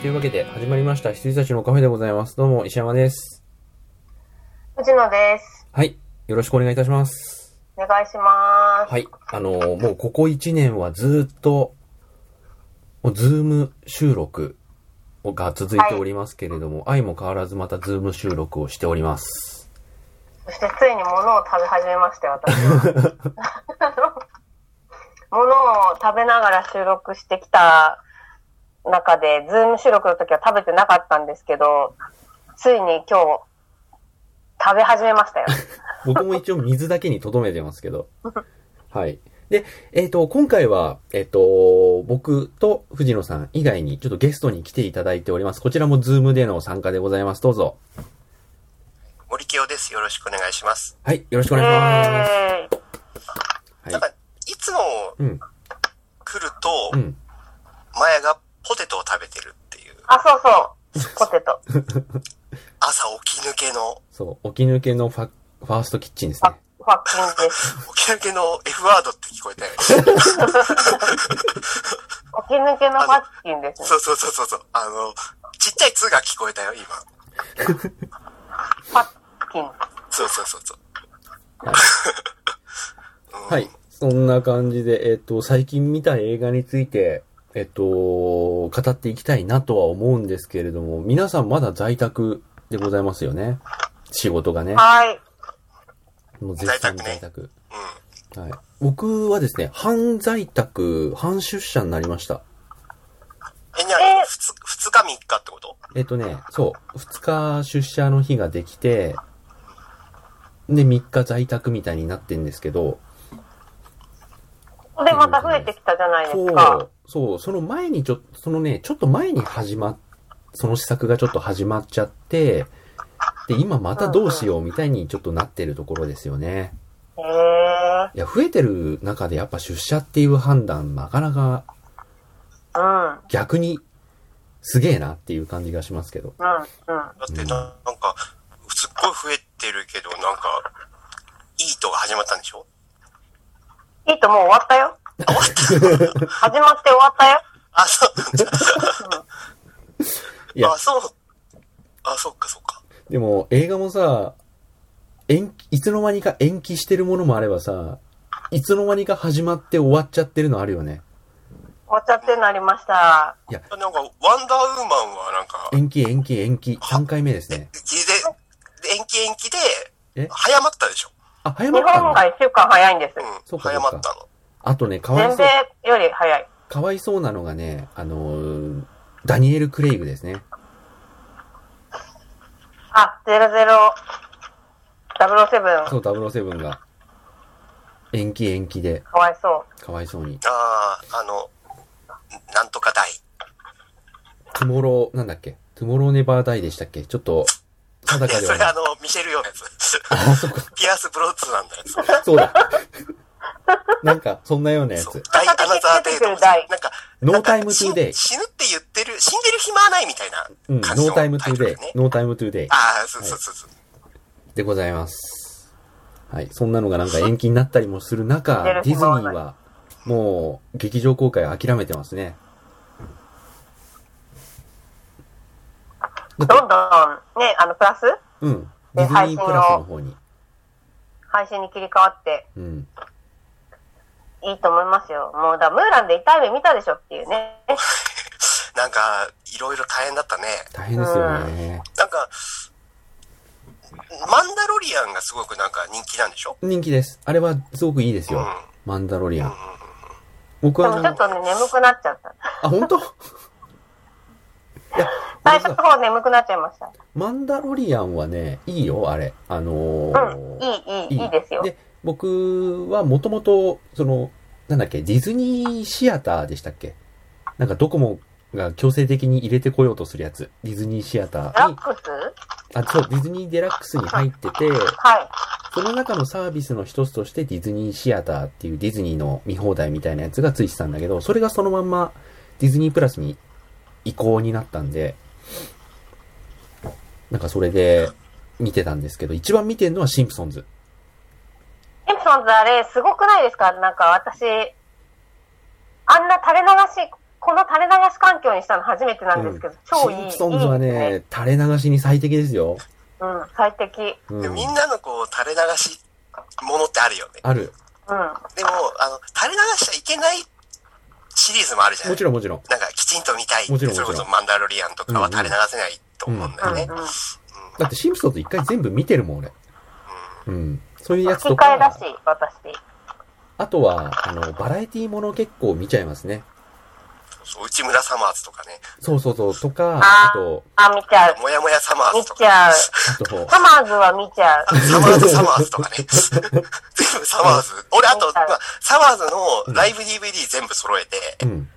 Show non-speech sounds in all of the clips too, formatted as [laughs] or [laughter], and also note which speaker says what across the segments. Speaker 1: というわけで始まりました羊たちのカフェでございます。どうも石山です。
Speaker 2: 藤野です。
Speaker 1: はい。よろしくお願いいたします。
Speaker 2: お願いします。
Speaker 1: はい。あのーもうここ1年はずーっと、もうズーム収録が続いておりますけれども、愛も変わらずまたズーム収録をしております。
Speaker 2: そしてついに物を食べ始めましたよ、私は。物を食べながら収録してきた中で、ズーム収録の時は食べてなかったんですけど、ついに今日、食べ始めましたよ。
Speaker 1: 僕も一応水だけに留めてますけど。はい。で、えっ、と、今回は、えっ、と、僕と藤野さん以外にちょっとゲストに来ていただいております。こちらもズームでの参加でございます。どうぞ。
Speaker 3: 森清です。よろしくお願いします。
Speaker 1: はい、よろしくお願いします。
Speaker 2: えー
Speaker 1: は
Speaker 3: ないんか、いつも
Speaker 1: うん、
Speaker 3: 来ると
Speaker 1: う、ん。
Speaker 3: マヤがポテトを食べてるっていう、
Speaker 2: あ、そうそう。ポテト。
Speaker 3: 朝起き抜けの、
Speaker 1: そう、起き抜けのファファーストキッチンですね。
Speaker 2: ファッキンです。
Speaker 3: 起き抜けの F ワードって聞こえた
Speaker 1: [laughs]
Speaker 3: よね。
Speaker 2: 起き抜けのファッキンですね。
Speaker 3: そうそうそうそうそう。あの、ちっちゃい2が聞こえたよ、今。
Speaker 2: ファッキン。
Speaker 3: そうそうそうそう。
Speaker 1: はい。そんな感じで、えっ、と、最近見た映画について、えっ、と、語っていきたいなとは思うんですけれども、皆さんまだ在宅でございますよね。仕事がね。
Speaker 2: はい。
Speaker 1: もう絶対に在
Speaker 3: 在
Speaker 1: 宅。
Speaker 3: うん。
Speaker 1: はい。僕はですね、半在宅、半出社になりました。
Speaker 3: え、にゃ、
Speaker 2: え
Speaker 3: 2, 2日3日ってこと
Speaker 1: えっとね、そう、2日出社の日ができて、で、3日在宅みたいになってんですけど、
Speaker 2: で、また増えてきたじゃないで
Speaker 1: そ
Speaker 2: すか
Speaker 1: う。、そう、その前にちょっと、そのね、ちょっと前に始まっ、その施策がちょっと始まっちゃって、で、今またどうしようみたいにちょっとなってるところですよね。
Speaker 2: へえ
Speaker 1: いや、増えてる中でやっぱ出社っていう判断、なかなか
Speaker 2: ー。うん。
Speaker 1: 逆にすげえなっていう感じがしますけど。
Speaker 2: うんうん。
Speaker 3: だってな、なんか、すっごい増えてるけど、なんか、いいとが始まったんでしょ
Speaker 2: いいともう終わったよ。始まって終わったよ。
Speaker 3: あ、そう、
Speaker 1: いや
Speaker 3: あ、、そう。あ、そっかそっか。
Speaker 1: でも映画もさ、延期、いつの間にか延期してるものもあればさ、いつの間にか始まって終わっちゃってるのあるよね。
Speaker 2: 終わっちゃってなりました。
Speaker 3: なんか、ワンダーウーマンはなんか、
Speaker 1: 延期、延期、延期、3回目ですね。
Speaker 3: で、延期延期
Speaker 1: え
Speaker 3: で、早まったでしょ
Speaker 1: あ、早
Speaker 2: 日
Speaker 1: まったの
Speaker 2: 本が一週間早いんです。
Speaker 3: う。
Speaker 1: そうんかそう
Speaker 3: 早
Speaker 1: か
Speaker 3: まったの。
Speaker 1: あとね、かわい
Speaker 2: 全
Speaker 1: そう
Speaker 2: 米、より早い。
Speaker 1: かわいそうなのがね、あのーダニエル・クレイグですね。
Speaker 2: あ、000、007、
Speaker 1: そう、007が。延期延期で、
Speaker 2: かわいそう。
Speaker 1: かわいそうに。
Speaker 3: ああ、あの、なんとか台。
Speaker 1: トゥモロー、なんだっけトゥモローネバーダイでしたっけちょっと、定かで
Speaker 3: [laughs]
Speaker 1: は
Speaker 3: それ
Speaker 1: な
Speaker 3: あ
Speaker 1: い。
Speaker 3: の、ミシェル用のやつ。 [laughs]
Speaker 1: あ、そっか、
Speaker 3: ピアース・ブローツなんだよ。そう
Speaker 1: そうだ。なんか、そんなようなや
Speaker 3: そう
Speaker 1: つ。。
Speaker 3: 台、アナザーデイとか
Speaker 2: うん
Speaker 3: なんか、
Speaker 1: ノ
Speaker 3: な
Speaker 1: ー
Speaker 3: んか
Speaker 1: タイムトゥーデイ
Speaker 3: 死。死ぬって言ってる、死んでる暇はないみたいな。
Speaker 1: うん、ノ
Speaker 3: 感じ
Speaker 1: ー
Speaker 3: の
Speaker 1: タイムトゥーデイ
Speaker 3: タイトルね。
Speaker 1: ノータイムトゥーデイ
Speaker 3: ああ、そうそうそうそう。
Speaker 1: でございます。はい。そんなのがなんか延期になったりもする中、
Speaker 2: 出る
Speaker 1: ディズニ
Speaker 2: 暇はな
Speaker 1: ー
Speaker 2: い
Speaker 1: は、もう、劇場公開を諦めてますね。
Speaker 2: どんどん、ね、あの、プラス
Speaker 1: うん。デ
Speaker 2: で
Speaker 1: ィズニープラスの方に。
Speaker 2: 配信に切り替わって
Speaker 1: うん。
Speaker 2: いいと思いますよ。もう、だ、ムーランで痛い目見たでしょっていうね。
Speaker 3: なんか、いろいろ大変だったね。
Speaker 1: 大変ですよね。
Speaker 3: なんか、マンダロリアンがすごくなんか人気なんでしょ
Speaker 1: 人気です。あれはすごくいいです
Speaker 3: うん。う
Speaker 1: よ
Speaker 3: ん。。
Speaker 1: マンダロリアン。
Speaker 3: うん
Speaker 1: 僕
Speaker 2: で
Speaker 1: は
Speaker 2: もちょ
Speaker 1: あ
Speaker 2: っ
Speaker 1: の、
Speaker 2: とね、眠くなっちゃった。
Speaker 1: あ、本当 [laughs] いや、俺
Speaker 2: 最初の
Speaker 1: さ、
Speaker 2: 方眠くなっちゃいました。
Speaker 1: マンダロリアンはね、いいよ、あれ。あの
Speaker 2: うん
Speaker 1: ー、
Speaker 2: いい、いい、いいですよ。
Speaker 1: で、僕はもともと、その、なんだっけ、ディズニーシアターでしたっけなんかドコモが強制的に入れてこようとするやつ。ディズニーシアタ
Speaker 2: ラ
Speaker 1: ー
Speaker 2: ッ
Speaker 1: に、
Speaker 2: クス
Speaker 1: あ、そう、ディズニーデラックスに入ってて、
Speaker 2: はい。
Speaker 1: その中のサービスの一つとしてディズニーシアターっていうディズニーの見放題みたいなやつがついてたんだけど、それがそのまんまディズニープラスに移行になったんで、なんかそれで見てたんですけど、一番見てるのはシンプソンズ。
Speaker 2: シンプソンズあれ、すごくないですかなんか私、あんな垂れ流しこの垂れ流し環境にしたの初めてなんですけど、超いい。
Speaker 1: シンプソンズはい
Speaker 2: い
Speaker 1: ね、垂れ流しに最適ですよ。
Speaker 2: うん、最適。
Speaker 1: う
Speaker 3: で
Speaker 1: ん
Speaker 3: み。んなのこう、垂れ流しものってあるよね。
Speaker 1: ある。
Speaker 2: うん。
Speaker 3: でも、あの、垂れ流しちゃいけないシリーズもあるじゃな
Speaker 1: も
Speaker 3: い
Speaker 1: ちろんもちろん。
Speaker 3: なんか、きちんと見たい。
Speaker 1: もちろん
Speaker 3: それこ
Speaker 1: もち
Speaker 3: そ
Speaker 1: ろ
Speaker 3: マンダロリアンとかは垂れ流せないと思うんだ
Speaker 2: う
Speaker 3: よ
Speaker 2: ん
Speaker 3: ね。
Speaker 2: うん、
Speaker 1: だってシンプソンズ一回全部見てるもん、俺。うん。そういうやつ
Speaker 2: 吹
Speaker 1: と
Speaker 2: き替えだ
Speaker 1: か
Speaker 2: し、、私。
Speaker 1: あとは、あの、バラエティもの結構見ちゃいますね。
Speaker 3: そう、内村サマーズとかね。
Speaker 1: そうそうそう、とか、あ
Speaker 2: あ
Speaker 1: と、
Speaker 2: あ、見ちゃう。
Speaker 3: もやもやサマー
Speaker 2: 見
Speaker 3: ズと
Speaker 2: ち
Speaker 3: か。
Speaker 2: ゃう。
Speaker 1: あと、
Speaker 2: サマーズは見ちゃう。
Speaker 3: サマーズ、サマーズと
Speaker 1: [laughs]
Speaker 3: かね。全部サマーズ。俺、あと、まあ、サマーズのライブ DVD 全部揃えて、
Speaker 1: うん。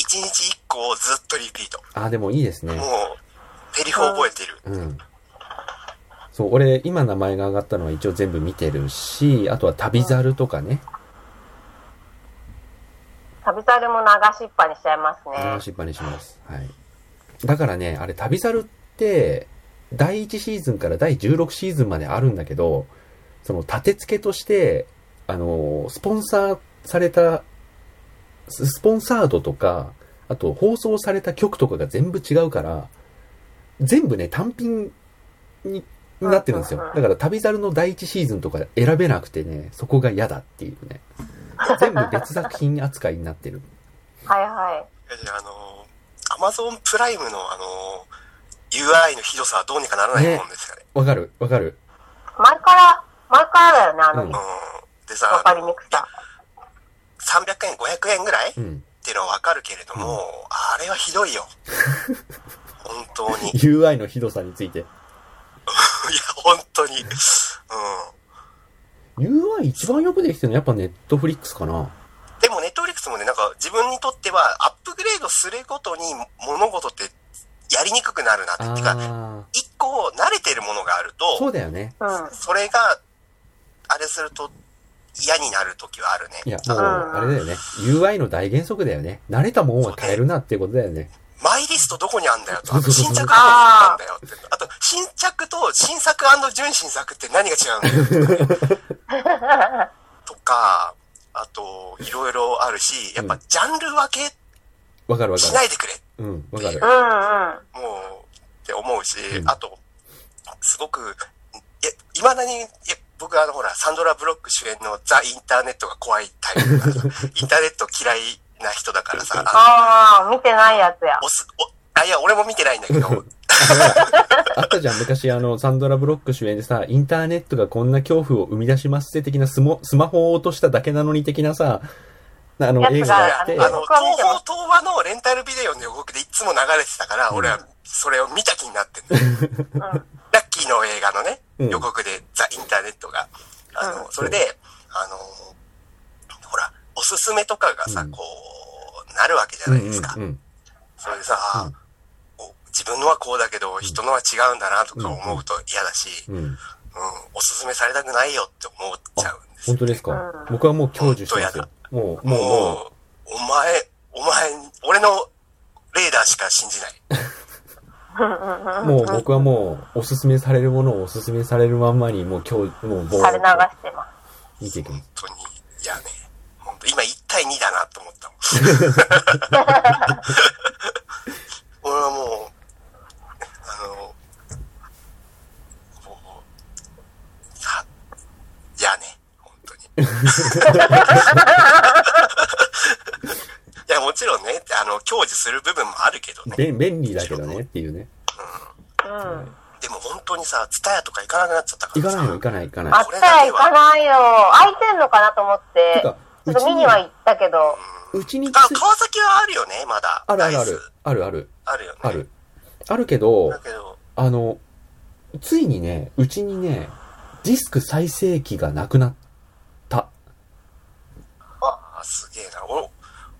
Speaker 3: 1日1個をずっとリピート。
Speaker 1: あ、でもいいですね。
Speaker 3: もう、セリフ覚えてる。
Speaker 1: うん。そう、俺、今名前が上がったのは一応全部見てるし、あとは旅猿とかね、
Speaker 2: 旅猿も流しっぱにしちゃいますね
Speaker 1: 流。しっぱにします。はい。だからね、あれ、旅猿って、第1シーズンから第16シーズンまであるんだけど、その、立て付けとして、あの、スポンサーされた、ススポンサードとか、あと、放送された曲とかが全部違うから、全部ね、単品に、になってるんですよ
Speaker 2: うんうん。うん
Speaker 1: だから、旅猿の第1シーズンとか選べなくてね、そこが嫌だっていうね。全部別作品扱いになってる。
Speaker 2: はいはい。
Speaker 3: いやあの、アマゾンプライムのあの、UI のひどさはどうにかならないもんですよね。
Speaker 1: わかるわかる。
Speaker 2: 前から、前からだよね、あの
Speaker 1: う
Speaker 2: 日
Speaker 1: ん
Speaker 3: う
Speaker 2: わ、
Speaker 3: ん。でさ、
Speaker 2: かりにくさ。
Speaker 3: 300円、500円ぐらいっ
Speaker 1: うん。
Speaker 3: ていうのはわかるけれども、あれはひど
Speaker 1: [laughs]
Speaker 3: いよ。本当に。いや、
Speaker 1: UI のひどさについて。
Speaker 3: 本当に。うん。
Speaker 1: UI 一番よくできてるのはやっぱ Netflix かな。
Speaker 3: でも、ネットフリックスもね、なんか自分にとっては、アップグレードするごとに物事ってやりにくくなるなって。てか、
Speaker 1: あー。
Speaker 3: 一個慣れてるものがある
Speaker 1: そ
Speaker 3: と、
Speaker 1: うだよね。
Speaker 2: うん。
Speaker 3: それが、あれすると嫌になる時はあるね。
Speaker 1: いや、もう、あれだよね。UI の大原則だよね。慣れたもんは変えるなっていうことだよね。
Speaker 3: マイリストどこにあんだよと。
Speaker 1: そう
Speaker 3: あ
Speaker 1: そ
Speaker 3: と
Speaker 1: うそう
Speaker 3: 新着どこにあんだよって。あと、新着と新作純新作って何が違うんだよとか
Speaker 1: [laughs]
Speaker 3: ねとか、あと、いろいろあるし、やっ
Speaker 1: う
Speaker 3: ぱジャンル分け
Speaker 1: わかるわ
Speaker 3: し
Speaker 1: か
Speaker 3: ないでくれ。
Speaker 1: る。うん、わかる
Speaker 2: う。んうん。
Speaker 3: もう、って思うし、
Speaker 1: うん
Speaker 3: あと、すごく、いまだに、いや僕あの、ほら、サンドラ・ブロック主演のザ・インターネットが怖いタイプ
Speaker 1: [laughs]
Speaker 3: だからインターネット嫌いな人だからさ、あ
Speaker 2: ああ、見てないやつや
Speaker 3: の。おすおあ、いや、俺も見てないんだけど、
Speaker 1: あったじゃん、昔あの、サンドラ・ブロック主演でさ、インターネットがこんな恐怖を生み出しますぜ的なスモスマホを落としただけなのに的なさ、あの、
Speaker 2: やつが
Speaker 1: 映画があって、
Speaker 3: あの、
Speaker 2: 僕は見
Speaker 3: 東
Speaker 2: てま
Speaker 3: 宝
Speaker 2: す
Speaker 3: 東和のレンタルビデオの予告でいつも流れてたから、
Speaker 1: うん
Speaker 3: 俺はそれを見た気になってる。
Speaker 2: うん。うん。
Speaker 3: ラッキーの映画のね、
Speaker 1: うん
Speaker 3: 予告で、ザ・インターネットが。あ
Speaker 2: う
Speaker 3: の、それで、あの、ほら、おすすめとかがさ、
Speaker 1: うん
Speaker 3: こう、なるわけじゃないですか。
Speaker 1: うんうんうん。
Speaker 3: それでさ、
Speaker 1: うん
Speaker 3: お自分のはこうだけど、人のは違うんだなとか思うと嫌だし、
Speaker 1: うん。
Speaker 3: うん、おすすめされたくないよって思っちゃうんです
Speaker 1: 本
Speaker 3: よ
Speaker 1: 当ですか僕はもう享受してますよ。もう、もう、も
Speaker 3: もう、お前、お前、俺のレーダーしか信じない。
Speaker 1: う、もう僕はもう、おすすめされるものをおすすめされるまんまに、もう今日、もう、ぼ
Speaker 2: 垂れ流
Speaker 1: ーっ
Speaker 2: してま
Speaker 1: と見ていきます。
Speaker 3: 本当に、いやね、本当今1対2だなと思ったもん。俺はもう、あの、こう、さ、いやね、本当に。いや、もちろんね、あの、享受する部分もあるけどね。
Speaker 1: 便便利だけどねっていうね。
Speaker 2: す。うん。
Speaker 3: でも本当にさ、ツタヤとか行かなくなっちゃったか
Speaker 1: 行
Speaker 3: ら
Speaker 1: か
Speaker 3: さ。
Speaker 1: ないよ、行かない、行かな
Speaker 2: あ
Speaker 1: い。
Speaker 2: ったら行かないよ。空いてんのかなと思って
Speaker 1: て。か、
Speaker 2: ちょ
Speaker 1: う
Speaker 2: っ
Speaker 1: ち
Speaker 2: と見
Speaker 1: に
Speaker 2: に、は行ったけど。
Speaker 1: うちにつ
Speaker 3: あ、川崎はあるよね、まだ。
Speaker 1: あるある
Speaker 3: ダ
Speaker 1: あ
Speaker 3: イ
Speaker 1: る
Speaker 3: ス。
Speaker 1: あるある、
Speaker 3: あるよね。
Speaker 1: ある。あるけど
Speaker 3: だ、けど、
Speaker 1: あの、ついにね、うちにね、ディスク再生機がなくなった。
Speaker 3: あ、すげえな。俺、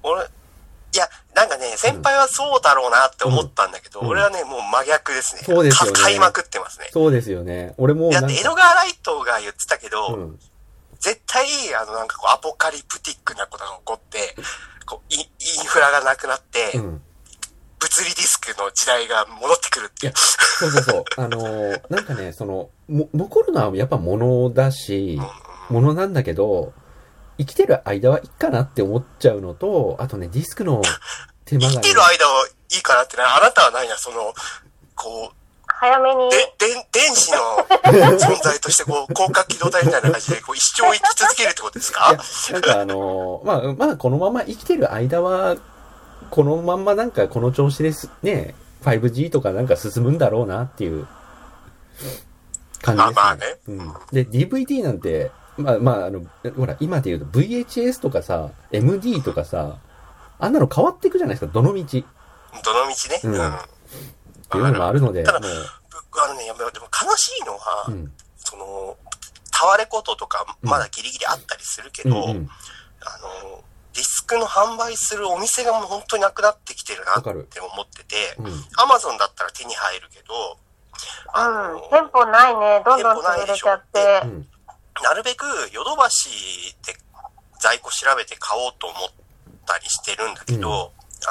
Speaker 3: 俺、いや、なんかね、先輩はそうだろうなって思ったんだけど、
Speaker 1: うんうん
Speaker 3: 俺はね、もう真逆ですね。
Speaker 1: そうですよね
Speaker 3: か買いまくってますね。
Speaker 1: そうですよね。俺もう
Speaker 3: だ
Speaker 1: なんか
Speaker 3: って、江戸川ライトが言ってたけど、
Speaker 1: うん。
Speaker 3: 絶対、あの、なんかこう、アポカリプティックなことが起こって、こう、インインフラがなくなって、
Speaker 1: うん。
Speaker 3: 物理ディスクの時代が戻ってくるっていう。
Speaker 1: そうそう
Speaker 3: [laughs]
Speaker 1: そう。あのーなんかね、その、も、残るのはやっぱ物だし
Speaker 3: うん、
Speaker 1: 物なんだけど、生きてる間はいいかなって思っちゃうのと、あとね、ディスクの手間が
Speaker 3: 生
Speaker 1: ね、
Speaker 3: きてる間はいいかなってな、あなたはないな、その、こ
Speaker 2: 早めに
Speaker 3: う、で、で、電子の存在として、
Speaker 1: [laughs]
Speaker 3: こう、高架機動隊みたいな感じで、こう、一生生き続けるってことです
Speaker 1: いや
Speaker 3: か、
Speaker 1: なんかあのーまあ、まあ、このまま生きてる間は、このまんまなんかこの調子です、ね、5G とかなんか進むんだろうなっていう感じ
Speaker 3: まあ
Speaker 1: ですね。
Speaker 3: まあ
Speaker 1: う
Speaker 3: ね。
Speaker 1: ん。で、DVD なんて、まあまあ、あの、ほら、今で言うと VHS とかさ、MD とかさ、あんなの変わっていくじゃないですか、どの道っていう
Speaker 3: どの道
Speaker 1: うん
Speaker 3: ね。うん。
Speaker 1: のもあるので、も
Speaker 3: ただ僕あのね、やめようでも悲しいのは、
Speaker 1: う、うん。
Speaker 3: その、タワレコととか、まだギリギリあったりするけど、
Speaker 1: うんうん
Speaker 3: あの、ディスクの販売するお店がもう本当になくなってきてるな
Speaker 1: わ
Speaker 3: っ
Speaker 1: かる。
Speaker 3: て思ってて、
Speaker 1: うん。
Speaker 3: アマゾンだったら手に入るけど、あ
Speaker 2: うん
Speaker 3: の、
Speaker 2: 店舗ないね。どんどん潰れちゃって
Speaker 1: う。ん。
Speaker 3: なるべくヨドバシで在庫調べて買おうと思ったりしてるんだけど、あ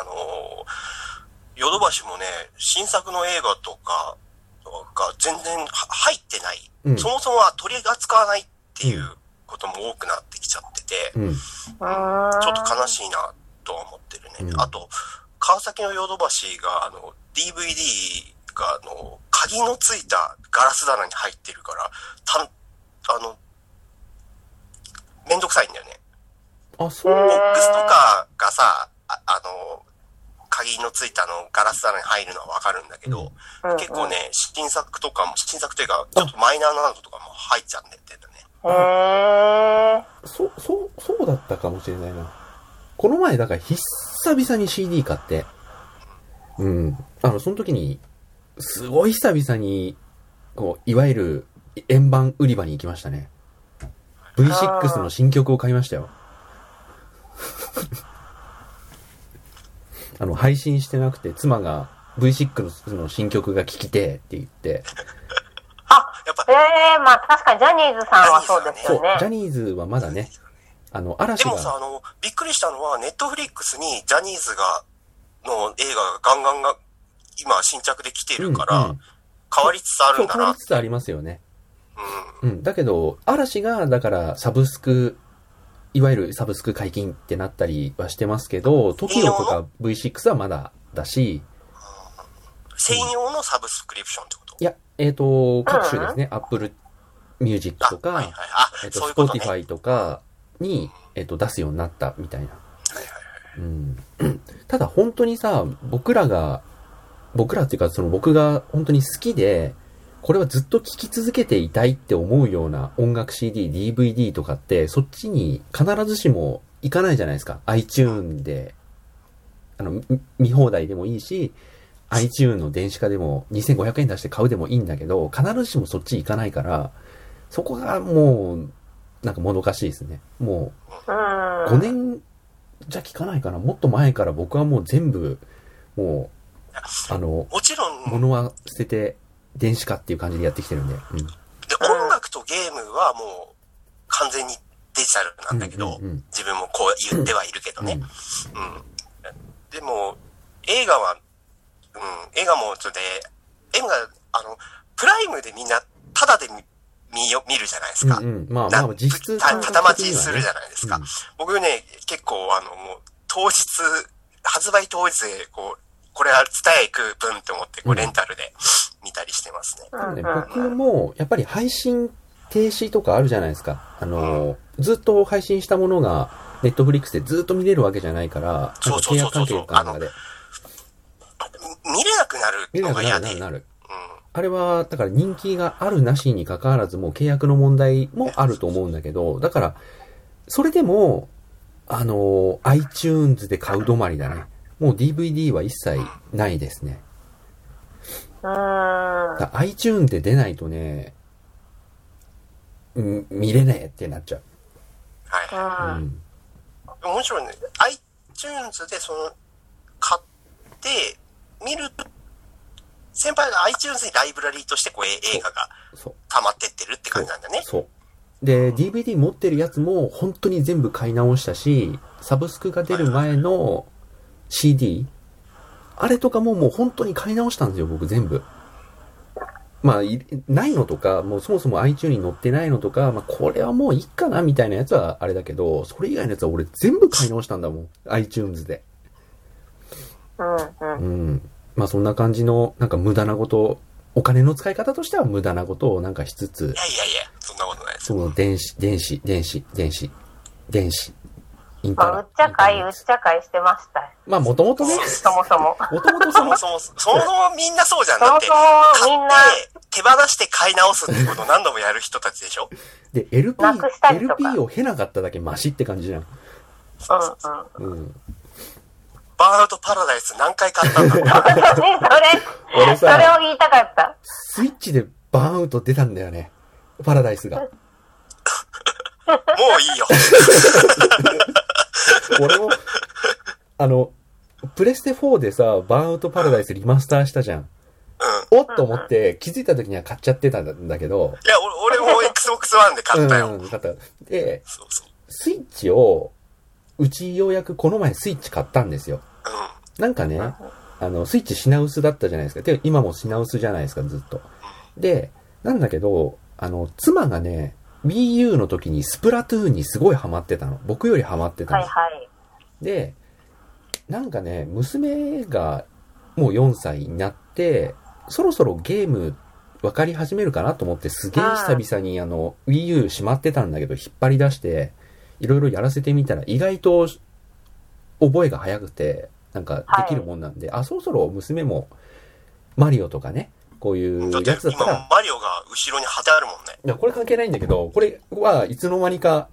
Speaker 3: の、ヨドバシもね、新作の映画とかが全然は入ってない。
Speaker 1: うん
Speaker 3: そもそもは取り扱わないっていううんことも多くなってきちゃってて、
Speaker 1: うん。
Speaker 2: うーん。
Speaker 3: ちょっと悲しいなとは思ってるね。
Speaker 1: うん
Speaker 3: あと、川崎のヨドバシが、あの、DVD が、あの、鍵のついたガラス棚に入ってるから、たん、あの、めんどくさいんだよね。
Speaker 1: あ、そう
Speaker 2: へ
Speaker 3: ボ
Speaker 2: ー
Speaker 3: ックスとかがさ、ああの、鍵のついたあのガラス棚に入るのはわかるんだけど、
Speaker 2: うん
Speaker 3: 結構。ね、新作とかも、新作というか、ちょっとマイナーなのとかも入っちゃってんだね。
Speaker 2: へえ。
Speaker 1: そう、そう、そうだったかもしれないな。この前、だから、久々に CD 買って。うん。あの、その時に、すごい久々に、こう、いわゆる、円盤売り場に行きましたね。V6 の新曲を買いましたよ。 [laughs] あの、配信してなくて、妻が V6 の新曲が聴きてえって言って、
Speaker 3: やっぱ、
Speaker 2: ええ、まあ確かにジャニーズさんはそうです
Speaker 1: そう
Speaker 2: よね、
Speaker 1: ジャ。ニーズはまだね、あの、嵐
Speaker 3: で
Speaker 1: が、
Speaker 3: もさ、あの、びっくりしたのは、ネットフリックスにジャニーズが、の映画がガンガンが、今新着で来てるから、
Speaker 1: うんうん
Speaker 3: 変わりつつある
Speaker 1: そ
Speaker 3: ん
Speaker 1: う、
Speaker 3: だ
Speaker 1: 変わ
Speaker 3: な。
Speaker 1: りつつありますよね。
Speaker 3: う
Speaker 1: うん。だけど、嵐が、だから、サブスク、いわゆるサブスク解禁ってなったりはしてますけど、TOKIO とか V6 はまだだし、
Speaker 3: ん。専用のサブスクリプションってこと
Speaker 1: いや、えっ、と、各種ですね、Apple Music と
Speaker 3: あ、はいはい
Speaker 1: か、。
Speaker 3: あ、
Speaker 1: えっ、と、
Speaker 3: そういうことね。
Speaker 1: Spotify とかに、えっ、と、出すようになったみたいな。うん。 [clears throat] ただ本当にさ、僕らが、僕らっていうか、その僕が本当に好きで、これはずっと聴き続けていたいって思うような音楽 CD、DVD とかって、そっちに必ずしも行かないじゃないですか。iTune で、あの、み見放題でもいいし、iTune の電子化でも2500円出して買うでもいいんだけど、必ずしもそっち行かないから、そこがもう、なんかもどかしいですね。もう、
Speaker 2: うん。
Speaker 1: 5年じゃ聞かないかな。もっと前から僕はもう全部、もう、あの、
Speaker 3: もちろん、
Speaker 1: 物は捨てて、電子化っていう感じでやってきてるんで。うん。
Speaker 3: で、音楽とゲームはもう完全にデジタルなんだけど、
Speaker 1: うんうんうん
Speaker 3: 自分もこう言ってはいるけど
Speaker 1: う
Speaker 3: ね
Speaker 1: ん。
Speaker 3: うん。でも、映画は、うん、映画もちょっとね、映画、あの、プライムでみんなタダで見見よ見るじゃないですか。
Speaker 1: うんうん。まあ
Speaker 3: な
Speaker 1: まあ、実質
Speaker 3: た、
Speaker 1: 感
Speaker 3: た
Speaker 1: 覚
Speaker 3: たま
Speaker 1: 的
Speaker 3: ち
Speaker 1: にはね。
Speaker 3: するじゃないですか。
Speaker 1: うん
Speaker 3: 僕ね、結構あの、もう、当日、発売当日で、こう、これは伝え行く分って思って、
Speaker 1: う
Speaker 3: こうんレンタルで見たりしてますね。
Speaker 1: でもね
Speaker 2: うんう
Speaker 1: 僕
Speaker 2: ん
Speaker 1: も、やっぱり配信停止とかあるじゃないですか。あの、ずっと配信したものが、ネットフリックスでずっと見れるわけじゃないから、
Speaker 3: そうそう
Speaker 1: なん
Speaker 3: そう
Speaker 1: か契
Speaker 3: そう
Speaker 1: 約関係かなんかで、
Speaker 3: み見れなくなる
Speaker 1: 見れ
Speaker 3: の
Speaker 1: なく
Speaker 3: が
Speaker 1: な
Speaker 3: 嫌
Speaker 1: る、な
Speaker 3: で。う
Speaker 1: る、
Speaker 3: ん。
Speaker 1: なる。あれは、だから人気があるなしに関わらず、もう契約の問題もあると思うんだけど、だから、それでも、あの、iTunes で買う止まりだね。もう DVD は一切ないですね。
Speaker 2: うん。
Speaker 1: だ iTunes で出ないとね、ん見れねえってなっちゃう。
Speaker 3: はい。
Speaker 2: うん。
Speaker 1: ん。
Speaker 3: もちろんね、iTunes でその、買って、見ると、先輩が iTunes にライブラリーとしてこうえ映画が
Speaker 1: そう。
Speaker 3: 溜まってってるって感じなんだね。
Speaker 1: そう。で、DVD 持ってるやつも本当に全部買い直したし、サブスクが出る前の CD、あれとかももう本当に買い直したんですよ、僕全部。まあ、いないのとか、もうそもそも iTune に載ってないのとか、まあ、これはもういいかな、みたいなやつはあれだけど、それ以外のやつは俺全部買い直したんだもん。iTunes で。
Speaker 2: うんうん。
Speaker 1: うん。まあ、そんな感じの、なんか無駄なこと、お金の使い方としては無駄なことをなんかしつつ
Speaker 3: い、やいやいや、そんなことないです。
Speaker 1: その電子、電子、電子、電子、電子、インタ
Speaker 2: ま
Speaker 1: ー
Speaker 2: あ、うっちゃかい、うっちゃかいしてましたよ。
Speaker 1: まあ、もとも
Speaker 2: [laughs]
Speaker 1: とね、
Speaker 2: そもそも。
Speaker 1: もともと
Speaker 3: そ
Speaker 1: その
Speaker 3: も、そも、そもそもみんなそうじゃん。
Speaker 2: そ
Speaker 3: だっ
Speaker 2: も
Speaker 3: て、
Speaker 2: そ
Speaker 3: 買
Speaker 2: もみんな
Speaker 3: って手放して買い直すってことを何度もやる人たちでしょ
Speaker 1: で、LP
Speaker 2: なくした、りとか
Speaker 1: LP を経なかっただけマシって感じじゃん。
Speaker 2: うんうん。
Speaker 1: うん。
Speaker 3: バーンアウトパラダイス何回買ったんだろう
Speaker 2: [laughs] それ、
Speaker 1: 俺
Speaker 2: そ
Speaker 1: さ
Speaker 2: れを言いたかった。
Speaker 1: スイッチでバーンアウト出たんだよね。パラダイスが。
Speaker 3: もういいよ。
Speaker 1: 俺も、あの、プレステ4でさ、バーンアウトパラダイスリマスターしたじゃん。おっと思って、気づいた時には買っちゃってたんだけど。
Speaker 3: いや、俺俺も Xbox One で買ったよ。
Speaker 1: うん、買った。で、
Speaker 3: そうそう。
Speaker 1: スイッチを、うちようやくこの前スイッチ買ったんですよ。
Speaker 3: うん。
Speaker 1: なんかね、あの、スイッチ品薄だったじゃないですか。で、今も品薄じゃないですか、ずっと。で、なんだけど、あの、妻がね、Wii U の時にスプラトゥーンにすごいハマってたの。僕よりハマってた
Speaker 2: は
Speaker 1: の。
Speaker 2: いはい。
Speaker 1: で、なんかね、娘がもう4歳になって、そろそろゲーム分かり始めるかなと思って、すげえ久々にあの、Wii U しまってたんだけど、引っ張り出して、いろいろやらせてみたら、意外と覚えが早くて、なんかできるもんなんで、あ、そろそろ娘も、マリオとかね、こういう
Speaker 3: だって
Speaker 1: やつだったら
Speaker 3: 今、、マリオが後ろに貼ってあるもんね。
Speaker 1: いや、これ関係ないんだけど、これはいつの間にか、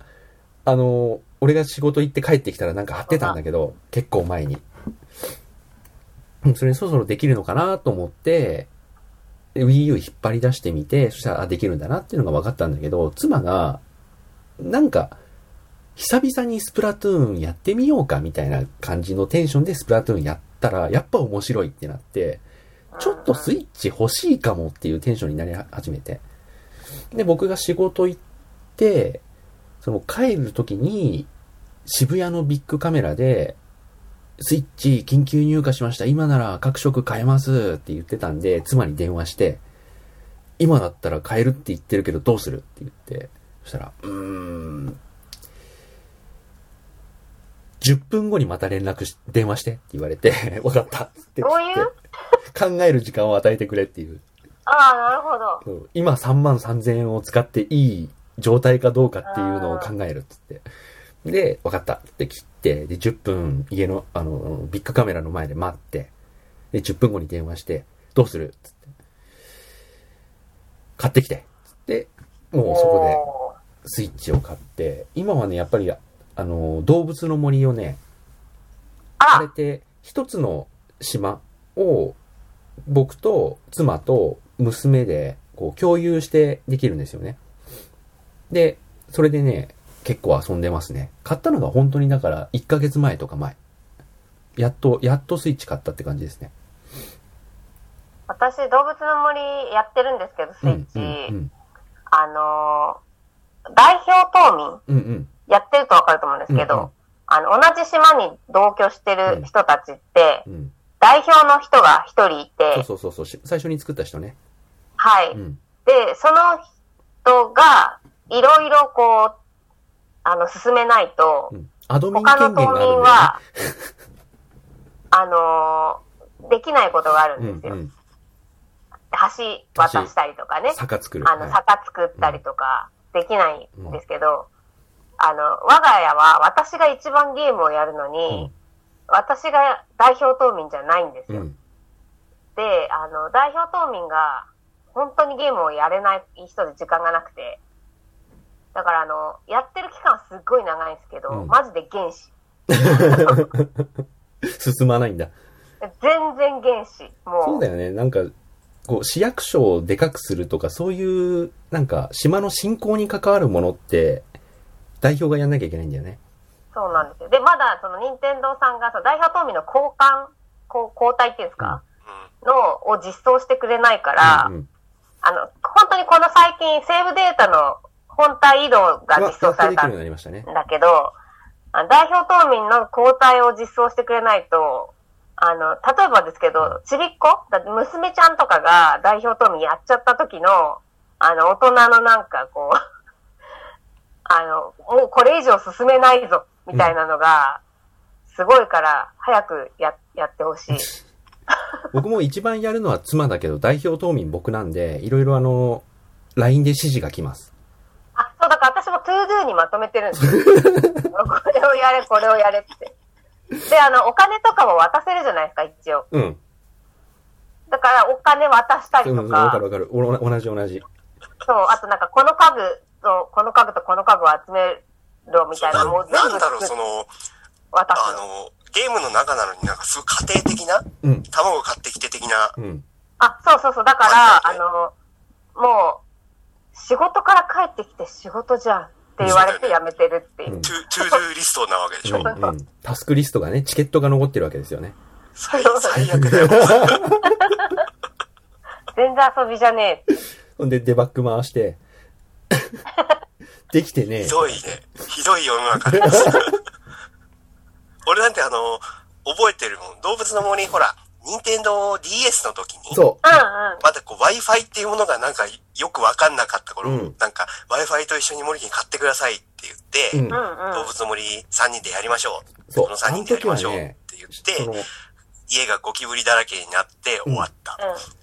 Speaker 1: あの、俺が仕事行って帰ってきたらなんか貼ってたんだけど、結構前に。うんそれそろそろできるのかなと思って、で Wii U 引っ張り出してみて、そしたら、あ、できるんだなっていうのが分かったんだけど、妻が、なんか、久々にスプラトゥーンやってみようかみたいな感じのテンションでスプラトゥーンやったら、やっぱ面白いってなって、ちょっとスイッチ欲しいかもっていうテンションになり始めて。で、僕が仕事行って、その帰る時に、渋谷のビッグカメラで、スイッチ緊急入荷しました。今なら各色買えますって言ってたんで、妻に電話して、今だったら買えるって言ってるけどどうするって言って、そしたら、うーん、10分後にまた連絡し、電話してって言われて、 [laughs] わかったっつって
Speaker 2: どういう
Speaker 1: 考える時間を与えてくれっていう。
Speaker 2: ああ、なるほど。
Speaker 1: うん今3万3000円を使っていい状態かどうかっていうのを考えるっつって。で、分かったって切って、で、10分家の、あの、ビッグカメラの前で待って、で、10分後に電話して、どうするっつって。買ってきてっつって、もうそこで
Speaker 2: こ
Speaker 1: スイッチを買って、今はね、やっぱり、あの、動物の森をね、
Speaker 2: あ
Speaker 1: あれって、一つの島を、僕と妻と娘で、こう、共有してできるんですよね。で、それでね、結構遊んでますね。買ったのが本当にだから、1ヶ月前とか前。やっと、やっとスイッチ買ったって感じですね。
Speaker 2: 私、動物の森やってるんですけど、スイ
Speaker 1: う
Speaker 2: ッ
Speaker 1: ん、
Speaker 2: チ。
Speaker 1: うん、うん。
Speaker 2: あのー代表島民
Speaker 1: うん、うん。
Speaker 2: やってるとわかると思うんですけど、
Speaker 1: うんうん
Speaker 2: あの、同じ島に同居してる人たちって、
Speaker 1: うん。
Speaker 2: 代表の人が一人い
Speaker 1: そ
Speaker 2: て、
Speaker 1: うそうそうそうし。最初に作った人ね。
Speaker 2: はい、
Speaker 1: うん。
Speaker 2: で、その人が、いろいろこう、あの、進めないと、
Speaker 1: うん。アドミン権
Speaker 2: 他の
Speaker 1: 限があ
Speaker 2: 島
Speaker 1: る
Speaker 2: 民
Speaker 1: んだ
Speaker 2: は、あのーできないことがある
Speaker 1: よね。
Speaker 2: んです
Speaker 1: う
Speaker 2: よ。
Speaker 1: ん、うん。
Speaker 2: 橋渡したりとかね、
Speaker 1: 坂作る。
Speaker 2: あの、
Speaker 1: はい
Speaker 2: 坂作ったりとかできないんですけど、あの、我が家は私が一番ゲームをやるのに、私が代表島民じゃないんです
Speaker 1: うん。
Speaker 2: よ。
Speaker 1: うん。
Speaker 2: で、あの、代表島民が本当にゲームをやれない人で時間がなくて、だからあの、やってる期間すっごい長いんですけど、
Speaker 1: うん
Speaker 2: マジで原始。
Speaker 1: 進まないんだ。
Speaker 2: 全然原始。
Speaker 1: そ
Speaker 2: も
Speaker 1: う
Speaker 2: う、
Speaker 1: だよね。なんか、こう、市役所をでかくするとか、そういう、なんか、島の振興に関わるものって、代表がやんなきゃいけないんだよね。
Speaker 2: そうなんですよ。で、まだその任天堂さんがその代表島民の交換、こう交代っていうんですか、のを実装してくれないから、
Speaker 1: うんうん
Speaker 2: あの、本当にこの最近、セーブデータの本体移動が
Speaker 1: まあ
Speaker 2: 実装され
Speaker 1: やっとでき
Speaker 2: た
Speaker 1: るようんになりましたね。
Speaker 2: だけど、あの代表島民の交代を実装してくれないと、あの、例えばですけど、ちびっこだ娘ちゃんとかが代表討論やっちゃった時の、あの、大人のなんかこう、 [laughs] あの、もうこれ以上進めないぞ、みたいなのが、すごいから、早くや、やってほしい。
Speaker 1: 僕も一番やるのは妻だけど、代表島民僕なんで、いろいろあの、LINE で指示が来ます。
Speaker 2: あ、そう、だから私も ToDo にまとめてるんですよ。これをやれ、これをやれって。で、あの、お金とかも渡せるじゃないですか、一応。
Speaker 1: うん。
Speaker 2: だから、お金渡したり
Speaker 1: うん、
Speaker 2: と
Speaker 1: うんわか
Speaker 2: か
Speaker 1: る、わかる。おお同じ同じ。
Speaker 2: そう、あとなんか、この家具と、この家具とこの家具を集めろみたいな
Speaker 3: な
Speaker 2: のもう全
Speaker 3: なん
Speaker 2: 部
Speaker 3: だろう、その、
Speaker 2: 渡
Speaker 3: あ
Speaker 2: すの。
Speaker 3: の、ゲームの中なのになんかすごい家庭的な、
Speaker 1: うん。
Speaker 3: 卵買ってきて的な、
Speaker 1: うん。
Speaker 2: あ、そうそうそう、だから、
Speaker 3: は
Speaker 2: あ
Speaker 3: い
Speaker 2: の、もう、仕事から帰ってきて仕事じゃんって言われてやめてるっていう。
Speaker 1: うん
Speaker 3: トゥ、トゥードゥーリストなわけでし
Speaker 1: う
Speaker 3: ょ。
Speaker 1: ん、うん。タスクリストがね、チケットが残ってるわけですよね。 [laughs]
Speaker 3: 最最悪だよ。
Speaker 2: 全然遊びじゃねえ。
Speaker 1: ほんで、デバッグ回して、 [laughs] できてね
Speaker 3: ひ、どいね。ひどい世の中です。俺なんてあの、覚えてるもん。動物の森、ほら、任天堂 DS の時
Speaker 1: [laughs]
Speaker 3: に、
Speaker 1: そ
Speaker 2: うんうん。
Speaker 3: まだこう Wi-Fi っていうものがなんかよくわかんなかった頃、
Speaker 1: うん
Speaker 3: なんか Wi-Fi と一緒に森木に買ってくださいって言って、
Speaker 1: う。うん
Speaker 2: う。んうん。
Speaker 3: 動物の森3人でやりましょう。
Speaker 1: そう
Speaker 3: この3人でやりましょう
Speaker 1: あ
Speaker 3: っ
Speaker 1: の時はね
Speaker 3: て言って、
Speaker 1: その、
Speaker 3: 家がゴキブリだらけになって終わった。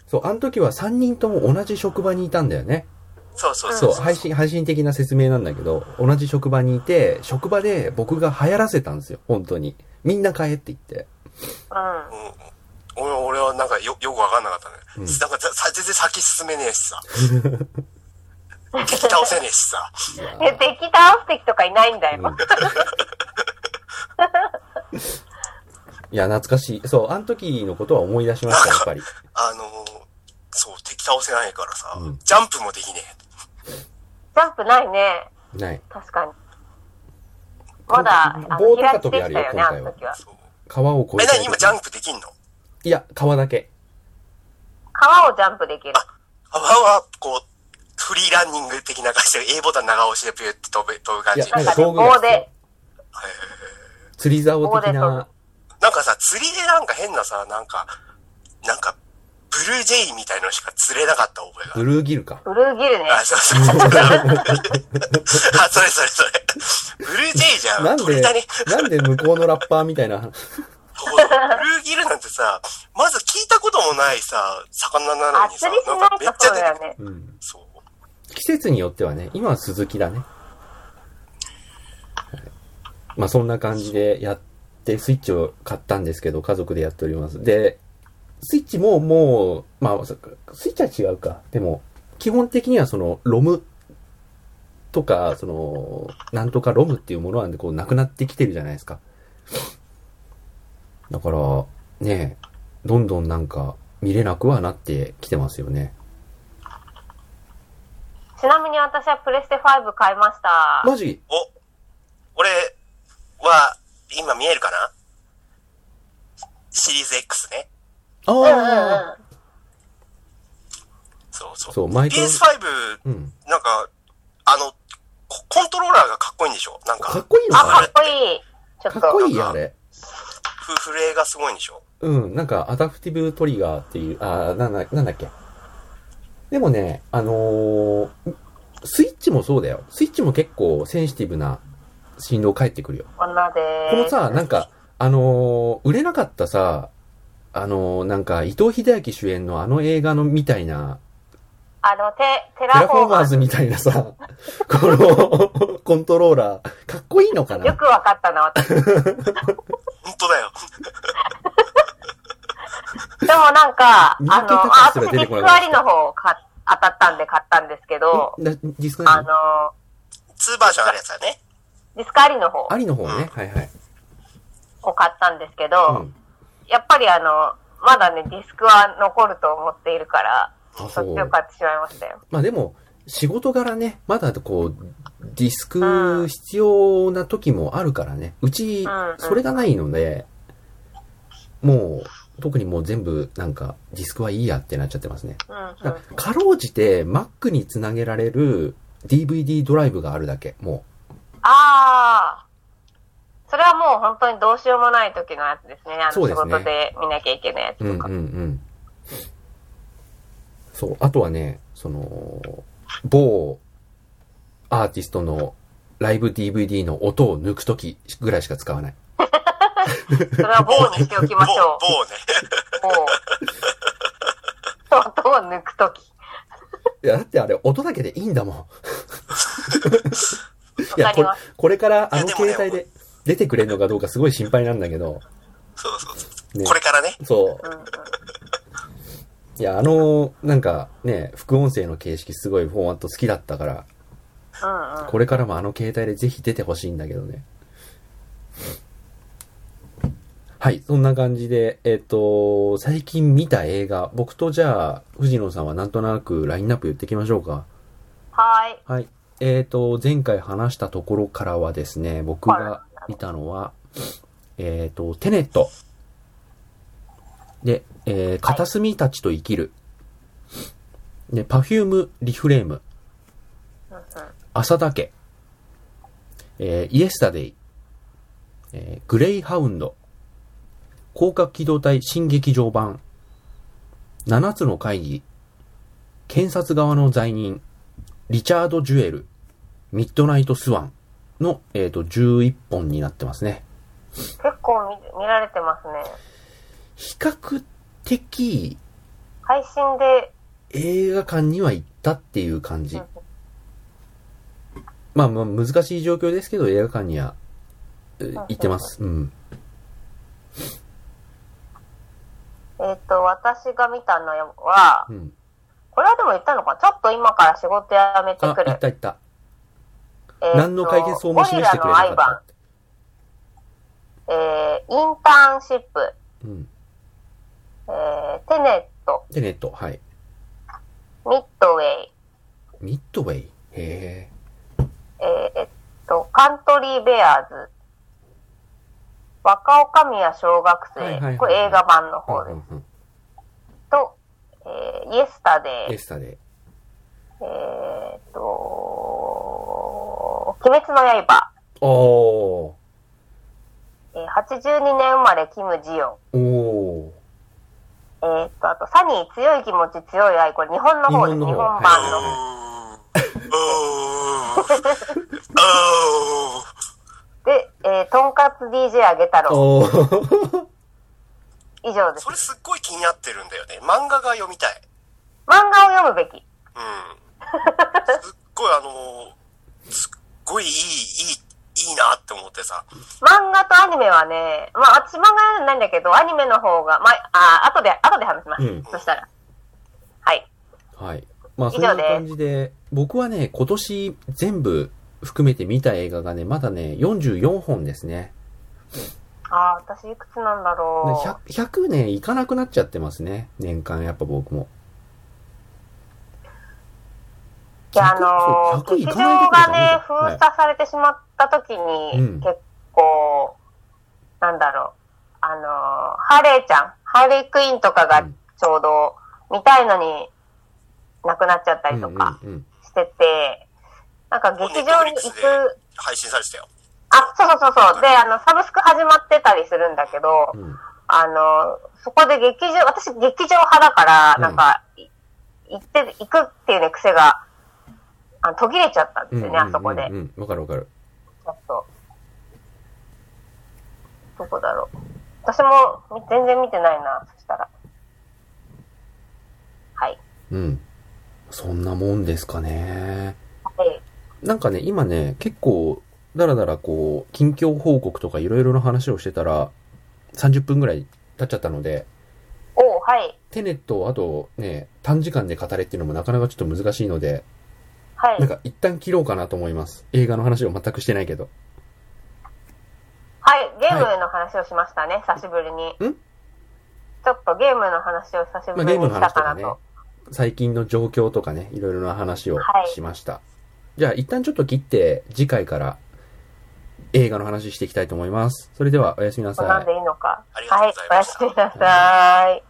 Speaker 1: そう、あの時は3人とも同じ職場にいたんだよね。
Speaker 3: そうそう
Speaker 1: そ、
Speaker 3: そうう。
Speaker 1: 配信、配信的な説明なんだけど、同じ職場にいて、職場で僕が流行らせたんですよ、本当に。みんな買えって言って。
Speaker 2: うん。
Speaker 3: うん俺俺はなんかよよくわかんなかったね。
Speaker 1: うん
Speaker 3: なんかざさ全然先進めねえし
Speaker 1: [laughs]
Speaker 3: さ。敵倒せねえしさ。
Speaker 1: いやー
Speaker 2: で、敵倒す敵とかいないんだよ。
Speaker 1: うんいや、懐かしい。そう、あの時のことは思い出しました、 [laughs] やっぱり。
Speaker 3: あのーそう、敵倒せないからさ、
Speaker 1: うん
Speaker 3: ジャンプもできね
Speaker 2: ジャンプないね。
Speaker 1: ない。
Speaker 2: 確かに。まだ、あ
Speaker 1: 棒
Speaker 2: の、
Speaker 1: 高
Speaker 2: 開
Speaker 1: 跳び
Speaker 2: きで
Speaker 1: あ
Speaker 2: き
Speaker 1: る
Speaker 2: た
Speaker 1: よ
Speaker 2: よね、あの時は
Speaker 3: え。。そう
Speaker 1: 川を越
Speaker 3: え、
Speaker 1: えて。
Speaker 3: 何今ジャンプできんの
Speaker 1: いや、川だけ。
Speaker 2: 川をジャンプできる。
Speaker 3: あは、こう、フリーランニング的な感じで A ボタン長押しでピューって飛ぶ飛ぶ感
Speaker 1: いや
Speaker 3: じ。、
Speaker 1: な
Speaker 2: は
Speaker 1: ん
Speaker 2: い
Speaker 1: か道具が
Speaker 2: 棒で
Speaker 1: 釣り竿的
Speaker 2: 棒で
Speaker 1: な。
Speaker 3: なんかさ、釣りでなんか変なさ、なんか、なんか、ブルージェイみたいのしか釣れなかった覚えがある
Speaker 1: ブルーギル [laughs] か。
Speaker 2: ブルーギルね。
Speaker 3: あ、そうそ
Speaker 1: [laughs]
Speaker 3: うそう。あ、それそれそれ。ブルージェイじゃん。
Speaker 1: なん
Speaker 3: 鳥
Speaker 1: で
Speaker 3: だね。、
Speaker 1: なんで向こうのラッパーみたいな。
Speaker 3: ブルーギルなんてさ、まず聞いたこともないさ、魚なの
Speaker 2: あ、
Speaker 3: にさ、
Speaker 2: 釣りし
Speaker 3: なんか
Speaker 2: な
Speaker 3: め
Speaker 2: い
Speaker 3: っ
Speaker 2: と
Speaker 3: ちゃ
Speaker 2: そう
Speaker 3: 出
Speaker 2: だ
Speaker 3: て
Speaker 2: よね。
Speaker 1: うん。
Speaker 3: そう。
Speaker 1: 季節によってはね、今は鈴木だね。まあそんな感じでやって、スイッチを買ったんですけど、家族でやっております。で、スイッチももう、まあ、そっかスイッチは違うか。でも、基本的にはその、ロムとか、その、なんとかロムっていうものはこう、なくなってきてるじゃないですか。だから、ねえどんどんなんか、見れなくはなってきてますよね。
Speaker 2: ちなみに私はプレステ5買いました。
Speaker 1: マジ
Speaker 3: お、俺は、今見えるかなシリーズ X ね。
Speaker 1: あ
Speaker 2: うんうん
Speaker 1: あ、
Speaker 2: うん。
Speaker 3: そうそう。
Speaker 1: そう、毎年。
Speaker 3: PS5、
Speaker 1: うん。
Speaker 3: なんか、あの、ココントローラーがかっこいいんでしょなん
Speaker 1: か
Speaker 3: か
Speaker 1: っ、こいいの
Speaker 2: あ、
Speaker 1: か
Speaker 2: かっこいい。ちょ
Speaker 1: な
Speaker 2: っと。
Speaker 1: かっこいいよ、あれ。
Speaker 3: フフレーがすごいんでしょ
Speaker 1: うん、なんか、アダプティブトリガーっていう、あーなんだ、なんだっけ。でもね、あのースイッチもそうだよ。スイッチも結構センシティブな振動返ってくるよ。
Speaker 2: 女で。
Speaker 1: このさ、なんか、あのー売れなかったさ、あのーなんか、伊藤秀明主演のあの映画のみたいな、
Speaker 2: あの、テ、テ
Speaker 1: テ
Speaker 2: ラ
Speaker 1: ラ
Speaker 2: フ
Speaker 1: フォ
Speaker 2: ォ
Speaker 1: ーマ
Speaker 2: ーマ
Speaker 1: ー
Speaker 2: ー
Speaker 1: ズ
Speaker 2: ズ。
Speaker 1: みたいなさ、このコントローラー、かっこいいのか
Speaker 2: よ
Speaker 1: な
Speaker 2: くわかったな、私。
Speaker 1: [laughs]
Speaker 2: でも
Speaker 3: 本当だよ。
Speaker 2: なんか、あ
Speaker 1: 見
Speaker 2: の、
Speaker 1: 分け方
Speaker 2: あ、
Speaker 1: す
Speaker 2: 私
Speaker 1: ら
Speaker 2: デ
Speaker 1: 出て
Speaker 2: ィ
Speaker 1: こなか
Speaker 2: スク
Speaker 1: った
Speaker 2: 割りの方を買っ当たったんで買ったんですけど、
Speaker 1: んなディスク
Speaker 2: あ
Speaker 1: 何
Speaker 2: の、
Speaker 3: 2バージョンあるやつだね。
Speaker 2: ディスクありの方
Speaker 1: ありの方ね。はいはい。
Speaker 2: を買ったんですけ
Speaker 1: う
Speaker 2: ど、
Speaker 1: ん。
Speaker 2: やっぱりあの、まだね、ディスクは残ると思っているから、
Speaker 1: あ、
Speaker 2: そっちを買ってしまいましたよ。
Speaker 1: まあでも、仕事柄ね、まだこう、ディスク必要な時もあるからね。うち
Speaker 2: うんう、ん
Speaker 1: それがないので、もう、特にもう全部なんか、ディスクはいいやってなっちゃってますね。
Speaker 2: うん、うん。
Speaker 1: だからかろうじて Mac につなげられる DVD ドライブがあるだけ、も
Speaker 2: ああ、それはもう本当にどうしようもない時のやつですね。あの
Speaker 1: そうで
Speaker 2: 仕
Speaker 1: すね
Speaker 2: 事で見なきゃいけないやつ
Speaker 1: うんう
Speaker 2: と
Speaker 1: んう
Speaker 2: か。
Speaker 1: ん。そう、あとはね、その、某アーティストのライブ DVD の音を抜くときぐらいしか使わない。
Speaker 2: それは棒にしておきましょ
Speaker 3: 某某ね。
Speaker 2: う。棒。 [laughs] 音を抜く時。
Speaker 1: いや、だってあれ音だけでいいんだもん。い
Speaker 2: わ
Speaker 1: や、
Speaker 2: かり
Speaker 1: これ
Speaker 2: ます。
Speaker 1: これからあの
Speaker 3: いやでもね
Speaker 1: 携帯で出てくれるのかどうかすごい心配なんだけど、
Speaker 3: そうそうそう。
Speaker 1: ね
Speaker 3: これからね。
Speaker 1: そう
Speaker 2: うんうん
Speaker 1: いや、あの、なんかね、副音声の形式すごいフォーマット好きだったから、
Speaker 2: うんうん
Speaker 1: これからもあの携帯でぜひ出てほしいんだけどね。はい、そんな感じで、えっ、と、最近見た映画、僕とじゃあ、藤野さんはなんとなくラインナップ言ってきましょうか。
Speaker 2: はーい。
Speaker 1: はい。えっ、と、前回話したところからはですね、僕が見たのは、えっ、と、テネット。で、えー、片隅たちと生きる。で、パフュームリフレーム。
Speaker 2: うんうん
Speaker 1: 朝だけ。えー、イエスタデイ。えー、グレイハウンド。広角機動隊新劇場版。七つの会議。検察側の罪人。リチャード・ジュエル。ミッドナイト・スワン。の、えっ、と、11本になってますね。
Speaker 2: 結構見見られてますね。
Speaker 1: 比較的
Speaker 2: 配信で、
Speaker 1: 映画館には行ったっていう感じ
Speaker 2: うん。
Speaker 1: まあまあ難しい状況ですけど映画館にはえー行ってます。うん。
Speaker 2: えっ、と、私が見たのは
Speaker 1: う、ん。
Speaker 2: これはでも言ったのかなちょっと今から仕事辞めて
Speaker 1: あ、
Speaker 2: く
Speaker 1: 行
Speaker 2: る
Speaker 1: っ。た行った。
Speaker 2: えーと
Speaker 1: 何の解決法も示してくれな
Speaker 2: ゴリ
Speaker 1: か
Speaker 2: ラの
Speaker 1: っ
Speaker 2: 愛版
Speaker 1: た。、
Speaker 2: えー、インターンシップ、
Speaker 1: うん。
Speaker 2: えー、テネット、
Speaker 1: テネット、はい。
Speaker 2: ミッドウェイ、
Speaker 1: ミッドウェイ。へえ。
Speaker 2: えーえっと、カントリーベアーズ、若女宮小学生、
Speaker 1: はいはいはい
Speaker 2: これ映画版の方
Speaker 1: う
Speaker 2: で
Speaker 1: ん
Speaker 2: す、
Speaker 1: うんうん。
Speaker 2: と、えー、イエスタデ
Speaker 1: エ
Speaker 2: ー、
Speaker 1: スタで。
Speaker 2: えー、っと、鬼滅の刃、
Speaker 1: おー。
Speaker 2: えー、82年生まれキム・ジヨン、
Speaker 1: おー。
Speaker 2: えー、っと、あと、サニー強い気持ち強い愛、これ日本の方です、
Speaker 1: 日本の
Speaker 2: 日
Speaker 1: 方
Speaker 2: 本版
Speaker 3: う
Speaker 1: は
Speaker 3: ー
Speaker 1: い
Speaker 2: の。
Speaker 3: ん。うーん。うーん。
Speaker 2: で、えー、とんかつ DJ あげ太郎。
Speaker 1: おー。
Speaker 2: 以上です
Speaker 3: そ。れすっごい気になってるんだよね。漫画が読みたい。
Speaker 2: 漫画を読むべき。
Speaker 3: うん。すっごいあのーすっごいいい、いい、いいなって思ってさ。
Speaker 2: 漫画とアニメはね、まあ、私漫画読んでないんだけど、アニメの方が、まあ、あ後で、後で話します。
Speaker 1: うん
Speaker 2: そしたら。はい。
Speaker 1: はい。まあ、
Speaker 2: 以
Speaker 1: そ
Speaker 2: 上
Speaker 1: ん
Speaker 2: で
Speaker 1: な
Speaker 2: す
Speaker 1: 感じで、僕はね、今年全部含めて見た映画がね、まだね、44本ですね。
Speaker 2: ああー、私いくつなんだ
Speaker 1: ね
Speaker 2: ろ
Speaker 1: 100, 100ね、いかなくなっちゃってますね。年間、やっぱ僕も。
Speaker 2: う。で、あの
Speaker 1: 100
Speaker 2: ー、
Speaker 1: い
Speaker 2: 劇
Speaker 1: かない
Speaker 2: 場
Speaker 1: とこ
Speaker 2: が
Speaker 1: じゃ
Speaker 2: ね、封
Speaker 1: ない
Speaker 2: 鎖されてしまった時に、
Speaker 1: うん
Speaker 2: 結構、なんだろう。あのー、ハレーちゃん、ハーレークイーンとかが
Speaker 1: うん
Speaker 2: ちょうど、見たいのに、なくなっちゃったりとか。
Speaker 1: うんうんうん。
Speaker 2: してて、なんか劇場に行く、
Speaker 3: 配信されてたよ。
Speaker 2: あ、そうそうそうそう。で、あの、サブスク始まってたりするんだけど、
Speaker 1: うん
Speaker 2: あの、そこで劇場、私劇場派だから、
Speaker 1: うん
Speaker 2: なんか、い行って、行くっていうね、癖が、あの途切れちゃったんですよね、あそこで
Speaker 1: うん。うんうん、わかるわかる。
Speaker 2: ちょっと。どこだろう。私もみ全然見てないな、そしたら。はい。
Speaker 1: うん。そんなもんですかね。
Speaker 2: はい。
Speaker 1: なんかね、今ね、結構、だらだらこう、近況報告とかいろいろな話をしてたら、30分ぐらい経っちゃったので、
Speaker 2: おうはい。
Speaker 1: テネットをあとね、短時間で語れっていうのもなかなかちょっと難しいので、
Speaker 2: はい。
Speaker 1: なんか一旦切ろうかなと思います。映画の話を全くしてないけど。
Speaker 2: はい、ゲームの話をしましたね、久しぶりに。
Speaker 1: ん
Speaker 2: ちょっとゲームの話を久しぶ
Speaker 1: まあ
Speaker 2: り
Speaker 1: ゲー
Speaker 2: に
Speaker 1: ムの
Speaker 2: した
Speaker 1: 話と
Speaker 2: か
Speaker 1: か
Speaker 2: な
Speaker 1: ね
Speaker 2: と。、
Speaker 1: 最近の状況とかね、いろいろな話を
Speaker 2: はい
Speaker 1: しました。じゃあ一旦ちょっと切って、次回から映画の話していきたいと思います。それではおやすみな
Speaker 2: こ
Speaker 1: さ
Speaker 2: ん
Speaker 1: い。
Speaker 2: なんでいいのか。
Speaker 3: ありがとうござい
Speaker 2: は
Speaker 3: ま
Speaker 2: い
Speaker 3: し、
Speaker 2: お
Speaker 3: た
Speaker 2: やすみなさい。